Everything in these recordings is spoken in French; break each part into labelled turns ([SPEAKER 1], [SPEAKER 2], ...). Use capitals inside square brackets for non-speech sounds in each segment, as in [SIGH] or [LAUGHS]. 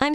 [SPEAKER 1] I'm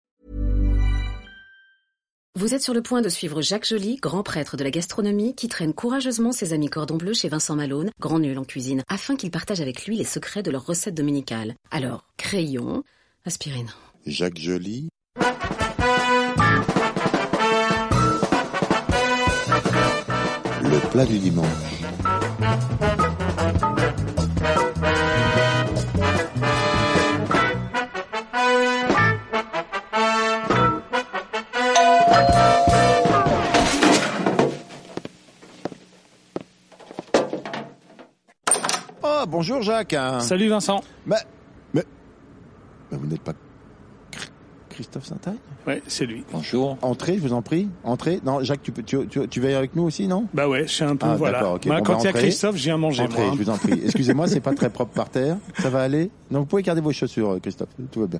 [SPEAKER 2] Vous êtes sur le point de suivre Jacques Joly, grand prêtre de la gastronomie, qui traîne courageusement ses amis cordon bleu chez Vincent Malone, grand nul en cuisine, afin qu'ils partagent avec lui les secrets de leurs recettes dominicales. Alors, crayon, aspirine.
[SPEAKER 3] Jacques Joly, le plat du dimanche. Oh, bonjour Jacques. hein.
[SPEAKER 4] Salut Vincent.
[SPEAKER 3] Mais, mais, mais vous n'êtes pas Cr- Christophe Saint-Aille
[SPEAKER 4] Ouais, c'est lui.
[SPEAKER 5] Bonjour.
[SPEAKER 3] Entrez, je vous en prie. Entrez. Non, Jacques, tu, peux, tu, tu, tu veilles avec nous aussi, non
[SPEAKER 4] Bah ouais, je suis un peu
[SPEAKER 3] Ah,
[SPEAKER 4] voilà.
[SPEAKER 3] d'accord, ok.
[SPEAKER 4] Moi,
[SPEAKER 3] Bon,
[SPEAKER 4] quand
[SPEAKER 3] bah,
[SPEAKER 4] il y a
[SPEAKER 3] entrez.
[SPEAKER 4] Christophe, j'ai un manger.
[SPEAKER 3] Entrez,
[SPEAKER 4] moi, hein.
[SPEAKER 3] je vous en prie. Excusez-moi, c'est pas très propre par terre. Ça va aller Non, vous pouvez garder vos chaussures, euh, Christophe. Tout va bien.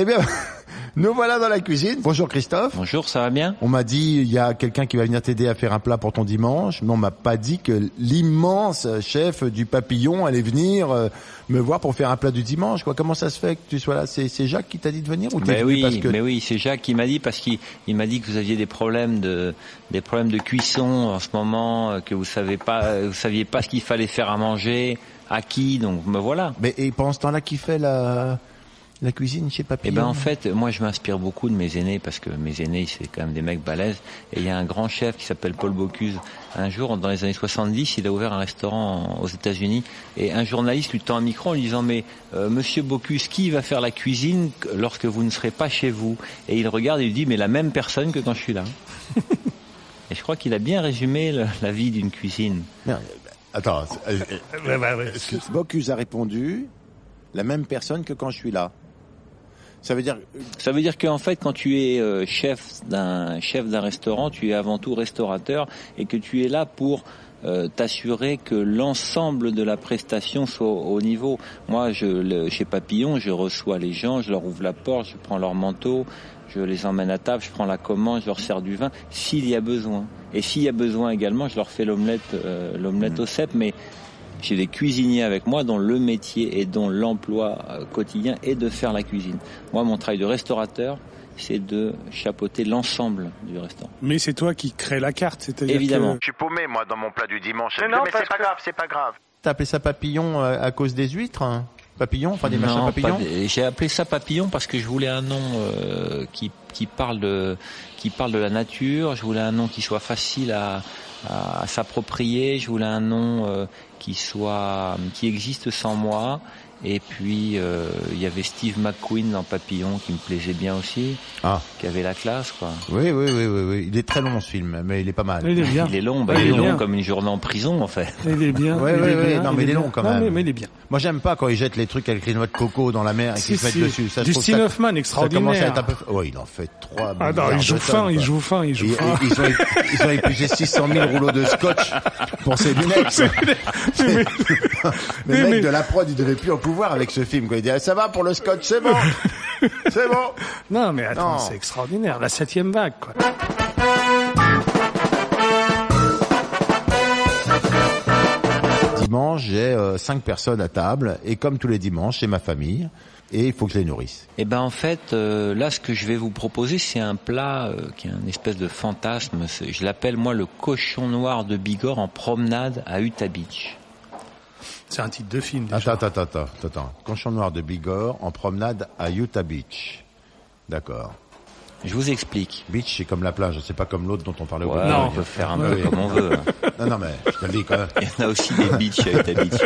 [SPEAKER 3] Eh bien, [LAUGHS] nous voilà dans la cuisine. Bonjour Christophe.
[SPEAKER 5] Bonjour, ça va bien
[SPEAKER 3] On m'a dit, il y a quelqu'un qui va venir t'aider à faire un plat pour ton dimanche, mais on m'a pas dit que l'immense chef du papillon allait venir euh, me voir pour faire un plat du dimanche. Quoi. Comment ça se fait que tu sois là C'est c'est Jacques qui t'a dit de venir ou t'es
[SPEAKER 5] mais
[SPEAKER 3] venu
[SPEAKER 5] Ben oui,
[SPEAKER 3] parce que...
[SPEAKER 5] mais oui, c'est Jacques qui m'a dit parce qu'il il m'a dit que vous aviez des problèmes de des problèmes de cuisson en ce moment, euh, que vous savez pas, euh, vous saviez pas ce qu'il fallait faire à manger, à qui, donc me voilà.
[SPEAKER 3] Mais et pendant ce temps-là, qui fait la, la cuisine chez Papillon
[SPEAKER 5] Eh ben en fait, moi je m'inspire beaucoup de mes aînés parce que mes aînés c'est quand même des mecs balèzes. Et il y a un grand chef qui s'appelle Paul Bocuse. Un jour, dans les années 70, il a ouvert un restaurant en- aux États-Unis et un journaliste lui tend un micro en lui disant mais euh, Monsieur Bocuse, qui va faire la cuisine que- lorsque vous ne serez pas chez vous Et il regarde et lui dit mais la même personne que quand je suis là. [LAUGHS] et je crois qu'il a bien résumé le- la vie d'une cuisine.
[SPEAKER 3] Merde, Attends, euh, euh,
[SPEAKER 4] Ouais, bah ouais.
[SPEAKER 3] Bocuse a répondu la même personne que quand je suis là. Ça veut dire
[SPEAKER 5] Ça veut dire qu'en fait, quand tu es euh, chef d'un chef d'un restaurant, tu es avant tout restaurateur et que tu es là pour euh, t'assurer que l'ensemble de la prestation soit au au niveau. Moi, je, le- chez Papillon, je reçois les gens, je leur ouvre la porte, je prends leur manteau, je les emmène à table, je prends la commande, je leur sers du vin s'il y a besoin. Et s'il y a besoin également, je leur fais l'omelette euh, l'omelette au cèpe. Mais j'ai des cuisiniers avec moi dont le métier et dont l'emploi euh, quotidien est de faire la cuisine. Moi, mon travail de restaurateur, c'est de chapeauter l'ensemble du restaurant.
[SPEAKER 4] Mais c'est toi qui crée la carte, c'est-à-dire
[SPEAKER 5] Évidemment.
[SPEAKER 4] que-
[SPEAKER 6] Je suis paumé, moi, dans mon plat du dimanche.
[SPEAKER 7] Mais non, parce
[SPEAKER 6] c'est pas
[SPEAKER 7] que-
[SPEAKER 6] grave, c'est pas grave.
[SPEAKER 3] T'as appelé ça papillon euh, à cause des huîtres hein Papillon, enfin des machins
[SPEAKER 5] Non,
[SPEAKER 3] papillons
[SPEAKER 5] pas des- J'ai appelé ça papillon parce que je voulais un nom euh, qui, qui parle de qui parle de la nature. Je voulais un nom qui soit facile à, à, à s'approprier. Je voulais un nom euh, qui soit qui existe sans moi. Et puis euh, il y avait Steve McQueen dans Papillon qui me plaisait bien aussi,
[SPEAKER 3] Ah.
[SPEAKER 5] qui avait la classe quoi.
[SPEAKER 3] Oui, oui, oui, oui, oui. Il est très long ce film, mais il est pas mal.
[SPEAKER 4] Il est bien.
[SPEAKER 5] Il est long, bah,
[SPEAKER 4] Ah. Ouais,
[SPEAKER 5] il est
[SPEAKER 4] il est
[SPEAKER 5] long
[SPEAKER 4] bien.
[SPEAKER 5] comme une journée en prison en fait.
[SPEAKER 4] Il est bien.
[SPEAKER 3] Ouais,
[SPEAKER 4] il
[SPEAKER 3] ouais,
[SPEAKER 4] est
[SPEAKER 3] ouais,
[SPEAKER 4] bien,
[SPEAKER 3] non, mais il est
[SPEAKER 4] bien.
[SPEAKER 3] long, quand
[SPEAKER 4] Non,
[SPEAKER 3] même.
[SPEAKER 4] mais, mais il est bien. [LAUGHS]
[SPEAKER 3] Moi, j'aime pas quand ils jettent les trucs avec les noix de coco dans la mer et
[SPEAKER 4] Si,
[SPEAKER 3] qu'ils se mettent
[SPEAKER 4] si.
[SPEAKER 3] dessus. Ça, je trouve
[SPEAKER 4] Dustin
[SPEAKER 3] ça-
[SPEAKER 4] Hoffman,
[SPEAKER 3] ça commence à
[SPEAKER 4] extraordinaire.
[SPEAKER 3] être un peu. Oh, il en fait trois.
[SPEAKER 4] Ah non,
[SPEAKER 3] milliards
[SPEAKER 4] il joue
[SPEAKER 3] de
[SPEAKER 4] fin,
[SPEAKER 3] tonnes,
[SPEAKER 4] il
[SPEAKER 3] quoi.
[SPEAKER 4] joue fin, il
[SPEAKER 3] Et-
[SPEAKER 4] joue
[SPEAKER 3] et-
[SPEAKER 4] fin.
[SPEAKER 3] ils, ont, ils ont épuisé 600 000 rouleaux de scotch pour ces lunettes.
[SPEAKER 4] Mais-
[SPEAKER 3] Le
[SPEAKER 4] Mais-
[SPEAKER 3] mec
[SPEAKER 4] mais-
[SPEAKER 3] de la prod, il devait plus en pouvoir avec ce film. Quoi. Il dit, Ah, ça va pour le scotch, c'est
[SPEAKER 4] [LAUGHS]
[SPEAKER 3] bon. c'est bon.
[SPEAKER 4] Non, mais attends,
[SPEAKER 3] Non.
[SPEAKER 4] c'est extraordinaire. La septième vague, quoi.
[SPEAKER 3] Dimanche, j'ai euh, cinq personnes à table. Et comme tous les dimanches, c'est ma famille. Et il faut que je les nourrisse.
[SPEAKER 5] Eh ben en fait, euh, là, ce que je vais vous proposer, c'est un plat euh, qui est un espèce de fantasme. C'est- Je l'appelle moi le cochon noir de Bigorre en promenade à Utah Beach.
[SPEAKER 4] C'est un titre de film,
[SPEAKER 3] Attends,
[SPEAKER 4] déjà.
[SPEAKER 3] attends, attends, attends, attends. Conchon noir de Bigorre en promenade à Utah Beach. D'accord.
[SPEAKER 5] Je
[SPEAKER 3] [LAUGHS]
[SPEAKER 5] vous explique.
[SPEAKER 3] Beach, c'est comme la plage, c'est pas comme l'autre dont on parlait au
[SPEAKER 5] Ouais,
[SPEAKER 3] début.
[SPEAKER 5] on peut faire un
[SPEAKER 3] Ouais,
[SPEAKER 5] peu
[SPEAKER 3] oui.
[SPEAKER 5] comme on veut. hein.
[SPEAKER 3] [LAUGHS] Non, non, mais je te
[SPEAKER 5] [LAUGHS]
[SPEAKER 3] le dis quand même.
[SPEAKER 5] Il y en a aussi des beaches à Utah Beach.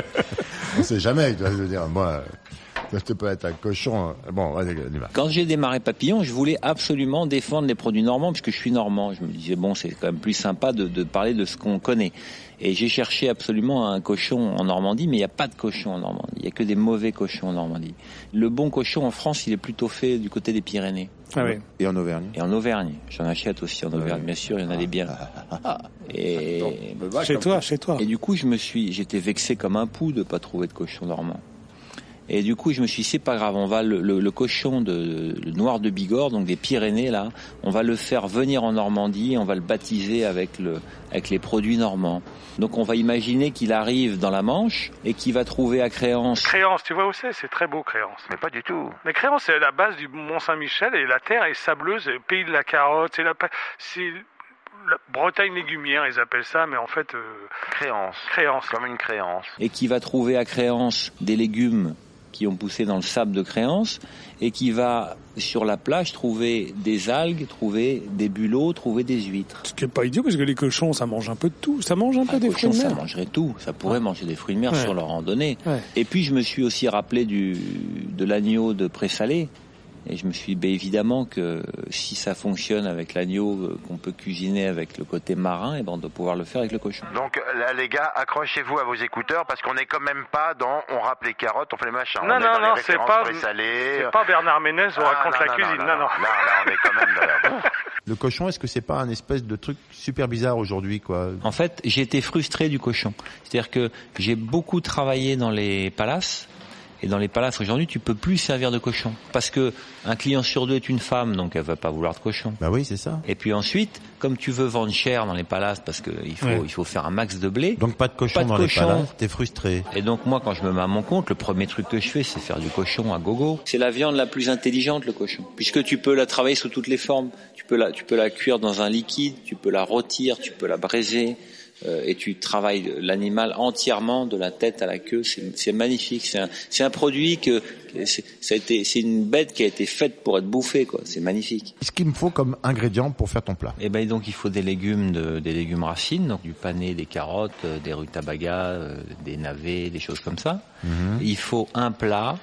[SPEAKER 3] On sait jamais, je veux dire. Moi, Tu peux être un cochon. Bon, allez, on y va.
[SPEAKER 5] [LAUGHS] Quand j'ai démarré Papillon, je voulais absolument défendre les produits normands puisque je suis normand. Je me disais bon, c'est quand même plus sympa de, de parler de ce qu'on connaît. Et j'ai cherché absolument un cochon en Normandie, mais il n'y a pas de cochon en Normandie. Il n'y a que des mauvais cochons en Normandie. Le bon cochon en France, il est plutôt fait du côté des Pyrénées
[SPEAKER 4] Ah oui.
[SPEAKER 7] Et en Auvergne.
[SPEAKER 5] et en Auvergne. J'en achète aussi en Auvergne, bien sûr, il y en a des biens. Et,
[SPEAKER 4] Chez toi, chez toi.
[SPEAKER 5] et du coup, je me suis, j'étais vexé comme un pou de pas trouver de cochon normand. Et du coup, je me suis dit, c'est pas grave, on va le, le- le cochon de le noir de Bigorre, donc des Pyrénées là, on va le faire venir en Normandie, on va le baptiser avec le avec les produits normands. Donc, on va imaginer qu'il arrive dans la Manche et qu'il va trouver à Créance
[SPEAKER 4] Créance, tu vois où c'est C'est très beau, Créance.
[SPEAKER 6] Mais pas du tout.
[SPEAKER 4] Mais Créance, c'est la base du Mont-Saint-Michel et la terre est sableuse, c'est le pays de la carotte, c'est la, pa- c'est la Bretagne légumière, ils appellent ça, mais en fait, euh,
[SPEAKER 6] Créance.
[SPEAKER 4] Créance.
[SPEAKER 6] Comme une créance.
[SPEAKER 5] et qui va trouver à Créance des légumes qui ont poussé dans le sable de Créance et qui va sur la plage trouver des algues, trouver des bulots, trouver des huîtres.
[SPEAKER 4] Ce qui est pas idiot, parce que les cochons, ça mange un peu de tout. Ça mange un peu
[SPEAKER 5] Un
[SPEAKER 4] des
[SPEAKER 5] cochon,
[SPEAKER 4] fruits de
[SPEAKER 5] ça
[SPEAKER 4] mer.
[SPEAKER 5] mangerait tout, ça pourrait manger des fruits de mer
[SPEAKER 4] Ouais.
[SPEAKER 5] sur leur randonnée.
[SPEAKER 4] Ouais.
[SPEAKER 5] Et puis je me suis aussi rappelé du, de l'agneau de Présalé. Et je me suis dit, ben, évidemment que si ça fonctionne avec l'agneau euh, qu'on peut cuisiner avec le côté marin, et ben, on doit pouvoir le faire avec le cochon.
[SPEAKER 6] Donc là, les gars, accrochez-vous à vos écouteurs parce qu'on est quand même pas dans on râpe les carottes, on fait les machins.
[SPEAKER 4] Non,
[SPEAKER 6] on
[SPEAKER 4] non,
[SPEAKER 6] est dans
[SPEAKER 4] non,
[SPEAKER 6] les
[SPEAKER 4] c'est
[SPEAKER 6] références
[SPEAKER 4] pas-
[SPEAKER 6] présalées.
[SPEAKER 4] C'est pas Bernard Ménez, on
[SPEAKER 6] Ah,
[SPEAKER 4] raconte
[SPEAKER 6] non,
[SPEAKER 4] la
[SPEAKER 6] non,
[SPEAKER 4] cuisine. Non, non.
[SPEAKER 6] Là, là, on est quand même dans
[SPEAKER 4] [LAUGHS]
[SPEAKER 6] la-
[SPEAKER 3] Le cochon, est-ce que c'est pas un espèce de truc super bizarre aujourd'hui, quoi
[SPEAKER 5] En fait, j'étais frustré du cochon. C'est-à-dire que j'ai beaucoup travaillé dans les palaces. Et dans les palaces aujourd'hui, tu peux plus servir de cochon parce que un client sur deux est une femme, donc elle va pas vouloir de cochon.
[SPEAKER 3] Bah oui, c'est ça.
[SPEAKER 5] Et puis ensuite, comme tu veux vendre cher dans les palaces parce que il faut
[SPEAKER 4] Ouais.
[SPEAKER 5] il faut faire un max de blé.
[SPEAKER 3] Donc pas de cochon
[SPEAKER 5] Pas de
[SPEAKER 3] dans
[SPEAKER 5] cochon.
[SPEAKER 3] les palaces, t'es frustré.
[SPEAKER 5] et donc moi, quand je me mets à mon compte, le premier truc que je fais, c'est faire du cochon à gogo. C'est la viande la plus intelligente, le cochon, puisque tu peux la travailler sous toutes les formes. Tu peux la, tu peux la cuire dans un liquide, tu peux la rôtir, tu peux la braiser, euh, et tu travailles l'animal entièrement de la tête à la queue. C'est c'est magnifique. C'est un, c'est un produit que, que c'est ça a été- c'est une bête qui a été faite pour être bouffée, quoi. C'est magnifique.
[SPEAKER 3] Qu'est-ce qu'il me faut comme ingrédient pour faire ton plat
[SPEAKER 5] Et ben donc il faut des légumes, de, des légumes racines, donc du panais, des carottes, euh, des rutabagas, euh, des navets, des choses comme ça.
[SPEAKER 3] Mhm.
[SPEAKER 5] Il faut un plat.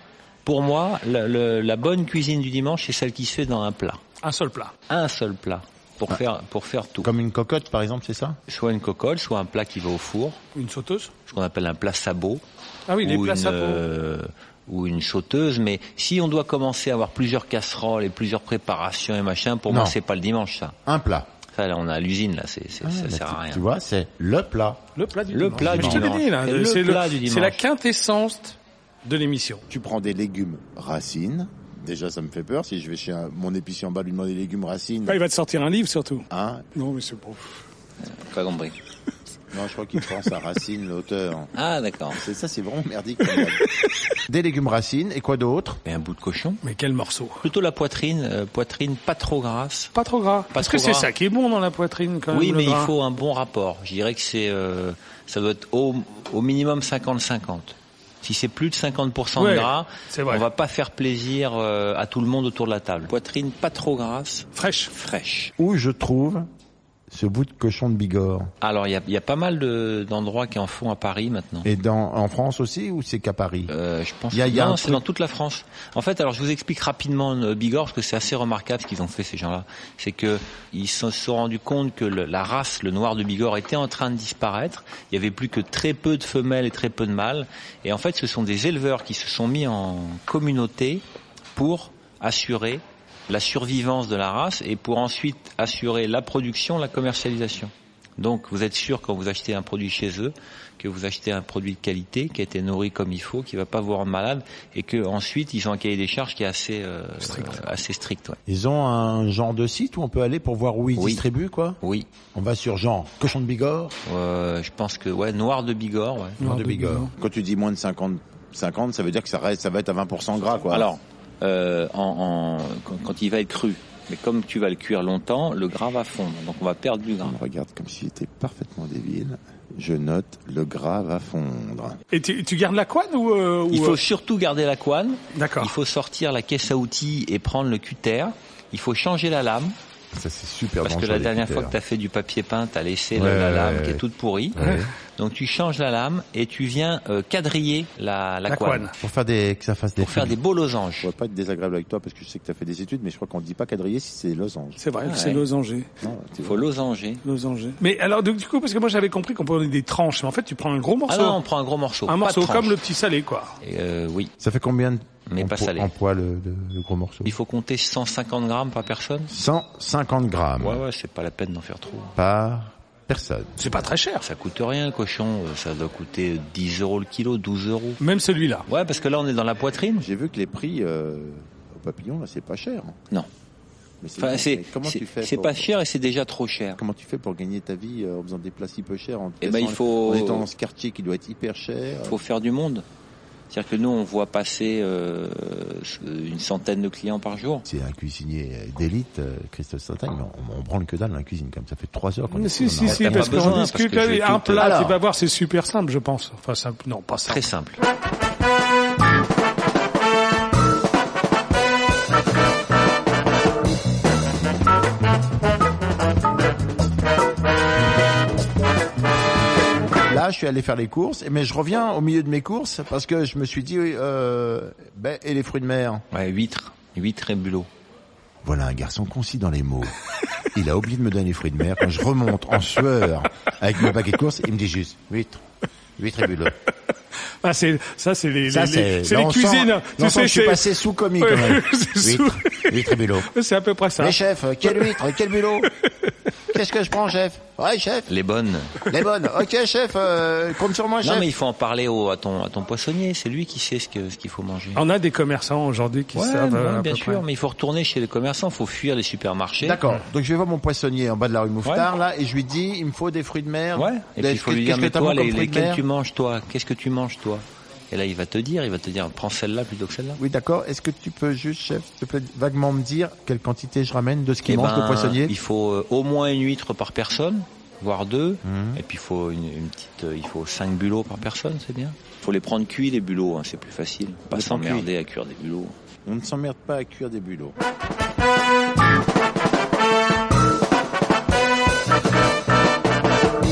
[SPEAKER 5] Pour moi, le- le- la bonne cuisine du dimanche, c'est celle qui se fait dans un plat,
[SPEAKER 4] Un seul plat.
[SPEAKER 5] un seul plat, pour faire pour faire tout.
[SPEAKER 3] Ah. Comme une cocotte, par exemple, c'est ça
[SPEAKER 5] Soit une cocolle, soit un plat qui va au four,
[SPEAKER 4] Une sauteuse
[SPEAKER 5] ce qu'on appelle un plat sabot
[SPEAKER 4] Ah oui, les
[SPEAKER 5] ou,
[SPEAKER 4] plats
[SPEAKER 5] une,
[SPEAKER 4] à peau.
[SPEAKER 5] euh, ou une sauteuse. Mais si on doit commencer à avoir plusieurs casseroles et plusieurs préparations et machin, pour
[SPEAKER 3] Non.
[SPEAKER 5] moi, c'est pas le dimanche ça.
[SPEAKER 3] Un plat.
[SPEAKER 5] Ça, là, on a à l'usine là, c'est, c'est-
[SPEAKER 3] Ah,
[SPEAKER 5] ça
[SPEAKER 3] bah,
[SPEAKER 5] sert à
[SPEAKER 3] tu-
[SPEAKER 5] rien.
[SPEAKER 3] Tu vois, c'est le plat.
[SPEAKER 4] Le plat du
[SPEAKER 5] le
[SPEAKER 4] dimanche.
[SPEAKER 5] plat
[SPEAKER 4] Mais
[SPEAKER 5] du
[SPEAKER 4] je te l'ai
[SPEAKER 5] dimanche.
[SPEAKER 4] dit, là,
[SPEAKER 5] C'est le
[SPEAKER 4] c'est
[SPEAKER 5] plat du
[SPEAKER 4] C'est la
[SPEAKER 5] dimanche.
[SPEAKER 4] quintessence de l'émission.
[SPEAKER 7] Tu prends des légumes racines. Déjà, ça me fait peur. Si je vais chez un- mon épicier en bas lui demander des légumes racines.
[SPEAKER 4] Bah, il va te sortir un livre, surtout.
[SPEAKER 7] Hein
[SPEAKER 4] Non, mais c'est bon.
[SPEAKER 5] Pas compris.
[SPEAKER 7] non, je crois qu'il prend sa racine, l'auteur.
[SPEAKER 5] Ah d'accord.
[SPEAKER 7] C'est ça, c'est vraiment merdique. comme [LAUGHS] gars.
[SPEAKER 3] Des légumes racines et quoi d'autre
[SPEAKER 5] Et un bout de cochon.
[SPEAKER 4] Mais quel morceau.
[SPEAKER 5] Plutôt la poitrine, euh, poitrine pas trop grasse.
[SPEAKER 4] Pas trop gras.
[SPEAKER 5] Pas
[SPEAKER 4] Parce
[SPEAKER 5] trop
[SPEAKER 4] que c'est
[SPEAKER 5] gras.
[SPEAKER 4] ça qui est bon dans la poitrine, quand même.
[SPEAKER 5] Oui,
[SPEAKER 4] le
[SPEAKER 5] mais il
[SPEAKER 4] gras.
[SPEAKER 5] faut un bon rapport. Je dirais que c'est, euh, ça doit être au, au minimum 50-50. Si c'est plus de 50%
[SPEAKER 4] Ouais,
[SPEAKER 5] de gras,
[SPEAKER 4] c'est vrai.
[SPEAKER 5] on va pas faire plaisir euh, à tout le monde autour de la table. Poitrine pas trop grasse,
[SPEAKER 4] Fraîche.
[SPEAKER 5] fraîche.
[SPEAKER 3] Où je trouve ce bout de cochon de Bigorre
[SPEAKER 5] Alors il y a, il y a pas mal de- d'endroits qui en font à Paris maintenant.
[SPEAKER 3] Et dans, en France aussi ou c'est qu'à Paris
[SPEAKER 5] Euh, je pense
[SPEAKER 3] Il y a-
[SPEAKER 5] que-
[SPEAKER 3] il y a
[SPEAKER 5] non,
[SPEAKER 3] un
[SPEAKER 5] c'est
[SPEAKER 3] truc-
[SPEAKER 5] dans toute la France. En fait, alors je vous explique rapidement euh, Bigorre parce que c'est assez remarquable ce qu'ils ont fait ces gens-là. C'est que ils se sont rendus compte que le- la race, le noir de Bigorre, était en train de disparaître. Il y avait plus que très peu de femelles et très peu de mâles. Et en fait, ce sont des éleveurs qui se sont mis en communauté pour assurer la survivance de la race et pour ensuite assurer la production, la commercialisation. Donc vous êtes sûr quand vous achetez un produit chez eux que vous achetez un produit de qualité qui a été nourri comme il faut, qui va pas vous rendre malade et que ensuite ils ont un cahier des charges qui est assez euh, euh, assez strict. ouais.
[SPEAKER 3] Ils ont un genre de site où on peut aller pour voir où ils
[SPEAKER 5] Oui.
[SPEAKER 3] distribuent, quoi
[SPEAKER 5] Oui,
[SPEAKER 3] On va sur genre cochon de Bigorre,
[SPEAKER 5] euh, je pense que ouais, noir de Bigorre. ouais.
[SPEAKER 3] Noir de Bigorre.
[SPEAKER 7] Quand tu dis moins de 50, 50, ça veut dire que ça reste, ça va être à 20% gras, quoi.
[SPEAKER 5] Alors euh, en, en- quand, quand il va être cru, mais comme tu vas le cuire longtemps, le gras va fondre, donc on va perdre du gras.
[SPEAKER 7] On me regarde comme s'il était parfaitement débile. Je note, le gras va fondre.
[SPEAKER 4] Et tu, tu gardes la couenne ou... euh, ou,
[SPEAKER 5] Il faut
[SPEAKER 4] euh,
[SPEAKER 5] surtout garder la couenne.
[SPEAKER 4] D'accord.
[SPEAKER 5] Il faut sortir la caisse à outils et prendre le cutter. Il faut changer la lame
[SPEAKER 3] ça c'est super
[SPEAKER 5] parce que
[SPEAKER 3] dangereux,
[SPEAKER 5] la
[SPEAKER 3] les
[SPEAKER 5] dernière fois
[SPEAKER 3] critères.
[SPEAKER 5] que tu as fait du papier peint, tu as laissé
[SPEAKER 3] hein. Ouais,
[SPEAKER 5] la, la
[SPEAKER 3] ouais,
[SPEAKER 5] lame
[SPEAKER 3] ouais,
[SPEAKER 5] qui est
[SPEAKER 3] ouais.
[SPEAKER 5] toute pourrie.
[SPEAKER 3] Ouais.
[SPEAKER 5] Donc tu changes la lame et tu viens euh, quadriller la, la,
[SPEAKER 4] La
[SPEAKER 5] couenne
[SPEAKER 4] couenne.
[SPEAKER 3] Pour faire des, que ça fasse des.
[SPEAKER 5] pour faire des beaux losanges.
[SPEAKER 7] Je ne pas être désagréable avec toi parce que je sais que tu as fait des études, mais je crois qu'on ne dit pas quadriller si c'est losange.
[SPEAKER 8] C'est vrai,
[SPEAKER 5] Ouais.
[SPEAKER 8] c'est losanger.
[SPEAKER 7] Non, tu
[SPEAKER 5] Il faut losanger.
[SPEAKER 8] Losanger.
[SPEAKER 4] Mais alors, donc, du coup, parce que moi j'avais compris qu'on prenait des tranches, mais en fait tu prends un gros
[SPEAKER 5] Ah
[SPEAKER 4] morceau.
[SPEAKER 5] non, on prend un gros morceau. pas
[SPEAKER 4] un
[SPEAKER 5] de
[SPEAKER 4] morceau
[SPEAKER 5] tranche.
[SPEAKER 4] comme le petit salé, quoi.
[SPEAKER 5] Euh, oui,
[SPEAKER 3] Ça fait combien de-
[SPEAKER 5] mais
[SPEAKER 3] en,
[SPEAKER 5] pas
[SPEAKER 3] po-
[SPEAKER 5] salé.
[SPEAKER 3] en poids le, le- le gros morceau
[SPEAKER 5] Il faut compter 150 grammes par personne.
[SPEAKER 3] 150 grammes
[SPEAKER 5] Ouais, ouais, c'est pas la peine d'en faire trop.
[SPEAKER 3] par personne.
[SPEAKER 4] C'est pas très cher.
[SPEAKER 5] Ça coûte rien, le cochon. Euh, Ça doit coûter 10 euros le kilo, 12 euros.
[SPEAKER 4] Même celui-là.
[SPEAKER 5] Ouais, parce que là, on est dans la poitrine.
[SPEAKER 7] J'ai vu que les prix euh, au papillon, là, c'est pas cher. hein.
[SPEAKER 5] Non.
[SPEAKER 7] Mais c'est-
[SPEAKER 5] Enfin, c'est,
[SPEAKER 7] mais comment
[SPEAKER 5] c'est-
[SPEAKER 7] tu fais
[SPEAKER 5] c'est
[SPEAKER 7] pour-
[SPEAKER 5] pas cher et c'est déjà trop cher.
[SPEAKER 7] Comment tu fais pour gagner ta vie euh, en faisant des plats si peu chers en, te
[SPEAKER 5] Eh ben,
[SPEAKER 7] laissant-
[SPEAKER 5] il faut-
[SPEAKER 7] en étant dans ce quartier qui doit être hyper cher
[SPEAKER 5] faut faire du monde. C'est-à-dire que nous, on voit passer euh, une centaine de clients par jour.
[SPEAKER 3] C'est un cuisinier d'élite, euh, Christophe Satin, mais on, on branle que dalle dans la cuisine, comme ça fait trois heures qu'on est- on
[SPEAKER 4] Si,
[SPEAKER 3] en
[SPEAKER 4] si,
[SPEAKER 3] a-
[SPEAKER 4] si,
[SPEAKER 5] t'as pas
[SPEAKER 4] parce
[SPEAKER 5] besoin,
[SPEAKER 4] qu'on
[SPEAKER 5] parce
[SPEAKER 4] discute
[SPEAKER 5] que je vais
[SPEAKER 4] là, un
[SPEAKER 5] tout-
[SPEAKER 4] plat,
[SPEAKER 3] Alors.
[SPEAKER 4] tu vas voir, c'est super simple, je pense. Enfin, simple, non, pas simple.
[SPEAKER 5] Très simple.
[SPEAKER 3] Là, je suis allé faire les courses, mais je reviens au milieu de mes courses parce que je me suis dit, oui, euh, ben, et les fruits de mer
[SPEAKER 5] Ouais, huîtres. Huîtres et bulots.
[SPEAKER 3] Voilà un garçon concis dans les
[SPEAKER 5] [LAUGHS]
[SPEAKER 3] mots. Il a oublié de me donner les fruits de mer. Quand je remonte en sueur avec mon paquet de courses, il me dit juste, huître, huître et bulot.
[SPEAKER 4] Ah, c'est, ça, c'est les,
[SPEAKER 3] Ça,
[SPEAKER 4] les-
[SPEAKER 3] c'est,
[SPEAKER 4] les, c'est
[SPEAKER 3] là,
[SPEAKER 4] les
[SPEAKER 3] on sent-
[SPEAKER 4] cuisines.
[SPEAKER 5] hein.
[SPEAKER 3] là, on sent que je suis
[SPEAKER 4] c'est-
[SPEAKER 3] passé sous commis quand
[SPEAKER 4] Ouais,
[SPEAKER 5] [LAUGHS]
[SPEAKER 3] même.
[SPEAKER 4] c'est
[SPEAKER 3] Huître, huître et bulot.
[SPEAKER 4] c'est à peu près ça.
[SPEAKER 3] Mais chef, quelle huître, quel
[SPEAKER 5] [LAUGHS]
[SPEAKER 3] bulot Qu'est-ce que je prends, chef Ouais, chef,
[SPEAKER 5] Les bonnes.
[SPEAKER 3] les bonnes. Ok, chef, euh, compte sur moi, chef.
[SPEAKER 5] Non, mais il faut en parler au, à, ton, à ton poissonnier. C'est lui qui sait ce que- ce qu'il faut manger.
[SPEAKER 3] Ah,
[SPEAKER 4] On a des commerçants aujourd'hui qui
[SPEAKER 5] Ouais,
[SPEAKER 4] savent.
[SPEAKER 5] ouais,
[SPEAKER 4] euh, à
[SPEAKER 5] bien
[SPEAKER 4] peu
[SPEAKER 5] sûr,
[SPEAKER 4] près.
[SPEAKER 5] mais il faut retourner chez les commerçants, il faut fuir les supermarchés.
[SPEAKER 3] D'accord. Donc je vais voir mon poissonnier en bas de la rue Mouffetard là et je lui dis il me faut des fruits de mer.
[SPEAKER 5] Ouais, et puis
[SPEAKER 3] Des-
[SPEAKER 5] il faut lui dire,
[SPEAKER 3] qu'est-ce que
[SPEAKER 5] mais
[SPEAKER 3] t'as
[SPEAKER 5] toi,
[SPEAKER 3] bon comme
[SPEAKER 5] les,
[SPEAKER 3] fruits de
[SPEAKER 5] lesquels
[SPEAKER 3] mer
[SPEAKER 5] tu manges, toi Qu'est-ce que tu manges, toi Et là, il va te dire, il va te dire, prends celle-là plutôt que celle-là.
[SPEAKER 3] Oui, d'accord. Est-ce que tu peux juste, chef, s'il te plaît, vaguement me dire quelle quantité je ramène de ce qu'il
[SPEAKER 5] Eh
[SPEAKER 3] mange
[SPEAKER 5] ben,
[SPEAKER 3] le poissonnier
[SPEAKER 5] Il faut euh, au moins une huître par personne, voire deux.
[SPEAKER 3] Mhm.
[SPEAKER 5] Et puis il faut une, une petite, euh, il faut cinq bulots par personne, c'est bien. Faut les prendre cuits les bulots, hein, c'est plus facile. Pas
[SPEAKER 7] Les prendre
[SPEAKER 5] s'emmerder à cuire des bulots.
[SPEAKER 7] On ne s'emmerde pas à cuire des bulots.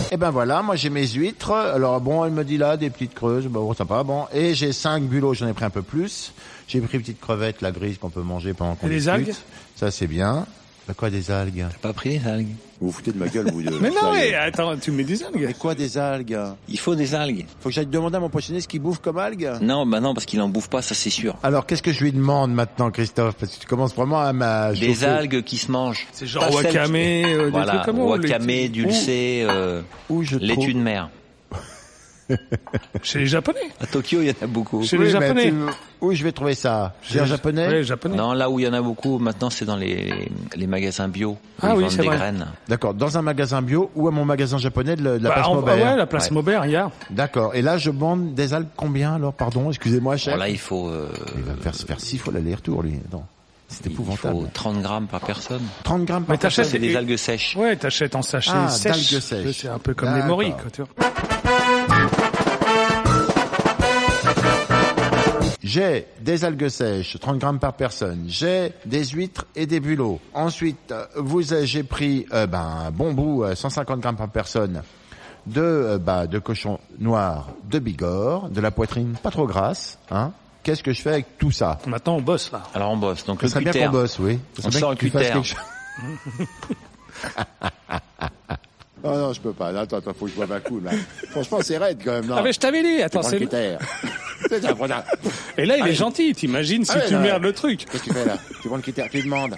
[SPEAKER 3] Eh ben voilà, moi j'ai mes huîtres. Alors bon, elle me dit là des petites creuses, Bah, bon sympa, bon. Et j'ai cinq bulots, j'en ai pris un peu plus. J'ai pris une petite crevette, la grise qu'on peut manger pendant qu'on
[SPEAKER 4] Et les
[SPEAKER 3] discute.
[SPEAKER 4] algues
[SPEAKER 3] Ça c'est bien. Bah, quoi des algues
[SPEAKER 5] T'as pas pris les algues
[SPEAKER 7] Vous vous foutez de ma gueule, vous deux.
[SPEAKER 4] [LAUGHS] Mais non,
[SPEAKER 7] Sérieux.
[SPEAKER 4] mais euh, attends, tu mets des algues.
[SPEAKER 7] Mais quoi des algues
[SPEAKER 5] Il faut des algues.
[SPEAKER 7] Faut que j'aille demander à mon poissonnier ce qu'il bouffe comme algues
[SPEAKER 5] Non, bah non, parce qu'il en bouffe pas, ça c'est sûr.
[SPEAKER 3] Alors qu'est-ce que je lui demande maintenant, Christophe Parce que tu commences vraiment à ma
[SPEAKER 5] Des algues qui se mangent.
[SPEAKER 4] C'est genre
[SPEAKER 5] T'as celle
[SPEAKER 4] wakame,
[SPEAKER 5] qui-
[SPEAKER 4] euh, des
[SPEAKER 5] voilà,
[SPEAKER 4] trucs comme ou les-
[SPEAKER 5] wakame, dulcé, euh,
[SPEAKER 3] où je
[SPEAKER 5] lait
[SPEAKER 3] trouve
[SPEAKER 5] de mer.
[SPEAKER 4] Chez les Japonais.
[SPEAKER 5] À Tokyo, il y en a beaucoup.
[SPEAKER 4] Chez les
[SPEAKER 3] Oui, mais
[SPEAKER 4] Japonais.
[SPEAKER 3] tu- Où je vais trouver ça Chez un japonais
[SPEAKER 4] Ouais, les japonais.
[SPEAKER 5] Non, là où il y en a beaucoup, maintenant c'est dans les, les magasins bio. où
[SPEAKER 4] Ah
[SPEAKER 5] ils
[SPEAKER 4] oui,
[SPEAKER 5] vendent
[SPEAKER 4] c'est
[SPEAKER 5] des
[SPEAKER 4] vrai.
[SPEAKER 5] graines.
[SPEAKER 3] D'accord, dans un magasin bio ou à mon magasin japonais de la de la
[SPEAKER 4] Bah,
[SPEAKER 3] place
[SPEAKER 4] en- ah
[SPEAKER 3] Maubert.
[SPEAKER 4] ouais, la place
[SPEAKER 5] Ouais.
[SPEAKER 4] Maubert, il y a.
[SPEAKER 3] D'accord, et là je bande des algues combien alors Pardon, excusez-moi chef.
[SPEAKER 5] Bon, là, il faut, euh,
[SPEAKER 3] Il va me faire, faire six fois l'aller-retour lui. Non, c'est
[SPEAKER 5] il
[SPEAKER 3] épouvantable.
[SPEAKER 5] faut 30 grammes par personne.
[SPEAKER 3] 30 grammes par
[SPEAKER 4] Mais t'achètes
[SPEAKER 3] personne.
[SPEAKER 5] C'est des
[SPEAKER 4] et-
[SPEAKER 5] algues sèches.
[SPEAKER 4] Ouais, t'achètes en sachet
[SPEAKER 3] Ah,
[SPEAKER 4] sèche.
[SPEAKER 3] d'algues sèches.
[SPEAKER 4] C'est un peu comme les
[SPEAKER 3] D'accord.
[SPEAKER 4] moris, quoi, tu vois.
[SPEAKER 3] J'ai des algues sèches, 30 grammes par personne. J'ai des huîtres et des bulots. Ensuite, euh, vous avez- j'ai pris euh, ben, un bon bout, euh, 150 grammes par personne, de euh, bah, de cochon noir, de bigorre, de la poitrine pas trop grasse. Hein Qu'est-ce que je fais avec tout ça
[SPEAKER 4] Maintenant, on bosse, là.
[SPEAKER 5] Alors on bosse. Donc
[SPEAKER 3] Ce
[SPEAKER 5] le
[SPEAKER 3] serait bien
[SPEAKER 5] cutter. hein.
[SPEAKER 3] qu'on bosse, oui. Ce serait
[SPEAKER 5] On
[SPEAKER 3] bien
[SPEAKER 5] sort
[SPEAKER 3] que
[SPEAKER 5] le
[SPEAKER 3] tu fasses
[SPEAKER 5] cutter. hein.
[SPEAKER 3] quelque chose.
[SPEAKER 7] Non, Ah non, je peux pas. Là, Attends, attends, faut que je boive un coup. Là. Franchement, c'est raide quand même. Non.
[SPEAKER 4] Ah, mais je t'avais dit,
[SPEAKER 7] Tu
[SPEAKER 4] attends,
[SPEAKER 7] prends
[SPEAKER 4] c'est.
[SPEAKER 8] [LAUGHS]
[SPEAKER 7] le cutter. C'est ça, prends ça.
[SPEAKER 4] Et là, il est gentil, t'imagines si
[SPEAKER 7] Ah ouais,
[SPEAKER 4] tu
[SPEAKER 7] non,
[SPEAKER 4] merdes
[SPEAKER 7] ouais.
[SPEAKER 4] le truc.
[SPEAKER 7] Qu'est-ce que tu fais là Tu prends le cutter, tu lui demandes.